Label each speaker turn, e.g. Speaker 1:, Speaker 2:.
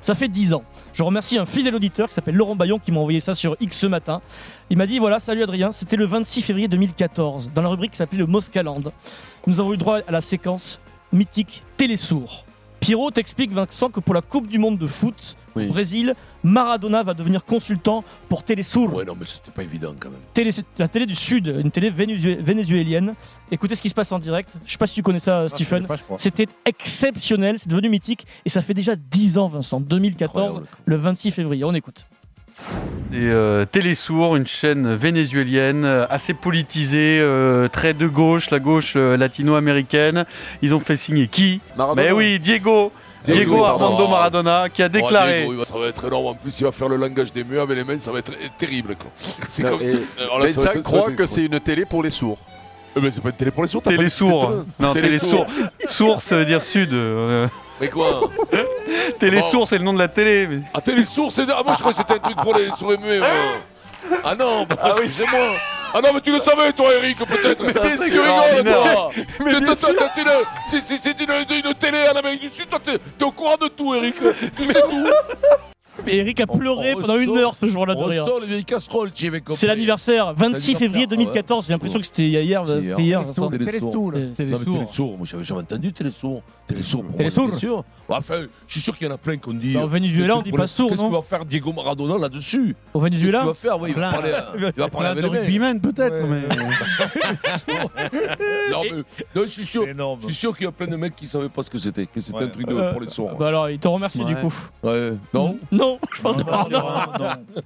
Speaker 1: Ça fait 10 ans. Je remercie un fidèle auditeur qui s'appelle Laurent Bayon qui m'a envoyé ça sur X ce matin. Il m'a dit voilà, salut Adrien, c'était le 26 février 2014, dans la rubrique qui s'appelait le Moscaland. Nous avons eu droit à la séquence mythique Télésourd. Pierrot t'explique, Vincent, que pour la Coupe du Monde de foot
Speaker 2: Oui.
Speaker 1: au Brésil, Maradona va devenir consultant pour Télésourd,
Speaker 2: Ouais, non, mais c'était pas évident quand même.
Speaker 1: Télé- la télé du Sud, une télé vénézué- vénézuélienne. Écoutez ce qui se passe en direct. Je sais pas si tu connais ça, Stephen. C'était exceptionnel, c'est devenu mythique et ça fait déjà 10 ans, Vincent, 2014,
Speaker 2: Incroyable.
Speaker 1: le 26 février. On écoute.
Speaker 3: Et euh, Télésour, une chaîne vénézuélienne euh, assez politisée, euh, très de gauche, la gauche euh, latino-américaine. Ils ont fait signer qui
Speaker 2: Maradona.
Speaker 3: Mais oui, Diego
Speaker 2: Diego
Speaker 3: Diego,
Speaker 2: Maradona.
Speaker 3: Armando Maradona, qui a
Speaker 4: Oh,
Speaker 3: déclaré
Speaker 4: Diego, il va- ça va être énorme. En plus, il va faire le langage des murs avec les mains. Ça va être euh, terrible. quoi. C'est
Speaker 5: euh,
Speaker 4: comme.
Speaker 2: Et
Speaker 4: Alors là, ça va
Speaker 6: Benzac
Speaker 4: être- ça va
Speaker 6: croit
Speaker 4: être-
Speaker 6: que c'est une télé pour les sourds.
Speaker 4: Euh, Mais c'est pas une télé pour les sourds. t'as pas dit que c'était
Speaker 3: Télésour.
Speaker 4: toi.
Speaker 3: Non,
Speaker 4: Télésourd.
Speaker 3: Télésour. Sourd, ça veut dire sud. euh,
Speaker 4: Mais quoi
Speaker 3: Télésour, c'est le nom de la télé. mais-
Speaker 4: Ah, télésourd, c'est. Ah, moi, je croyais que c'était un truc pour les sourds et muets. ouais. Ah non, bah, excusez-moi. Ah non, mais tu le savais, toi, Eric, peut-être.
Speaker 3: bien
Speaker 4: Tu
Speaker 3: sûr.
Speaker 4: rigoles, toi.
Speaker 6: Mais
Speaker 4: T'es-
Speaker 6: bien
Speaker 4: t'es-
Speaker 6: sûr.
Speaker 4: t'es- t'es une- C'est c'est- c'est une, une télé en Amérique du Sud. Toi, t'es t'es au courant de tout, Eric. Tu sais tout.
Speaker 1: Et Eric a pleuré pendant une heure ce jour-là de rire.
Speaker 5: les vieilles casseroles, tu y avais compris.
Speaker 1: C'est l'anniversaire, 26
Speaker 5: l'anniversaire,
Speaker 1: février
Speaker 5: ouais.
Speaker 1: 2014. J'ai l'impression que c'était hier,
Speaker 2: C'est
Speaker 1: c'était hier,
Speaker 2: Télésourd,
Speaker 1: Vincent.
Speaker 2: Télésourd.
Speaker 5: Télésourd.
Speaker 1: C'est
Speaker 2: Non, mais
Speaker 5: Télésourd.
Speaker 2: Télésourd, moi j'avais jamais entendu Télésourd. Télésourd, pour moi,
Speaker 1: Télésourd.
Speaker 2: bien sûr.
Speaker 5: Ouais, Enfin, je suis sûr qu'il y en a plein qu'on dit. euh,
Speaker 1: Bah, au Venezuela, on dit pas sourd,
Speaker 5: Qu'est-ce
Speaker 1: non
Speaker 5: qu'il va faire Diego Maradona là-dessus
Speaker 1: Au
Speaker 5: Qu'est-ce qu'il
Speaker 1: Venezuela
Speaker 5: va faire Ouais, Il
Speaker 1: Plein.
Speaker 5: va parler, euh, il va parler avec les mecs.
Speaker 7: peut-être,
Speaker 5: Non, mais- non, je suis sûr.
Speaker 7: mais énorme.
Speaker 5: Je suis sûr qu'il y a plein de mecs qui savaient pas ce que c'était, que c'était un
Speaker 7: Ouais.
Speaker 5: truc de,
Speaker 1: Euh,
Speaker 5: pour les sourds.
Speaker 1: Bah alors, il te remercie du
Speaker 7: Ouais.
Speaker 1: coup.
Speaker 5: Ouais, non
Speaker 1: Non, je pense pas.
Speaker 7: Non, non, non.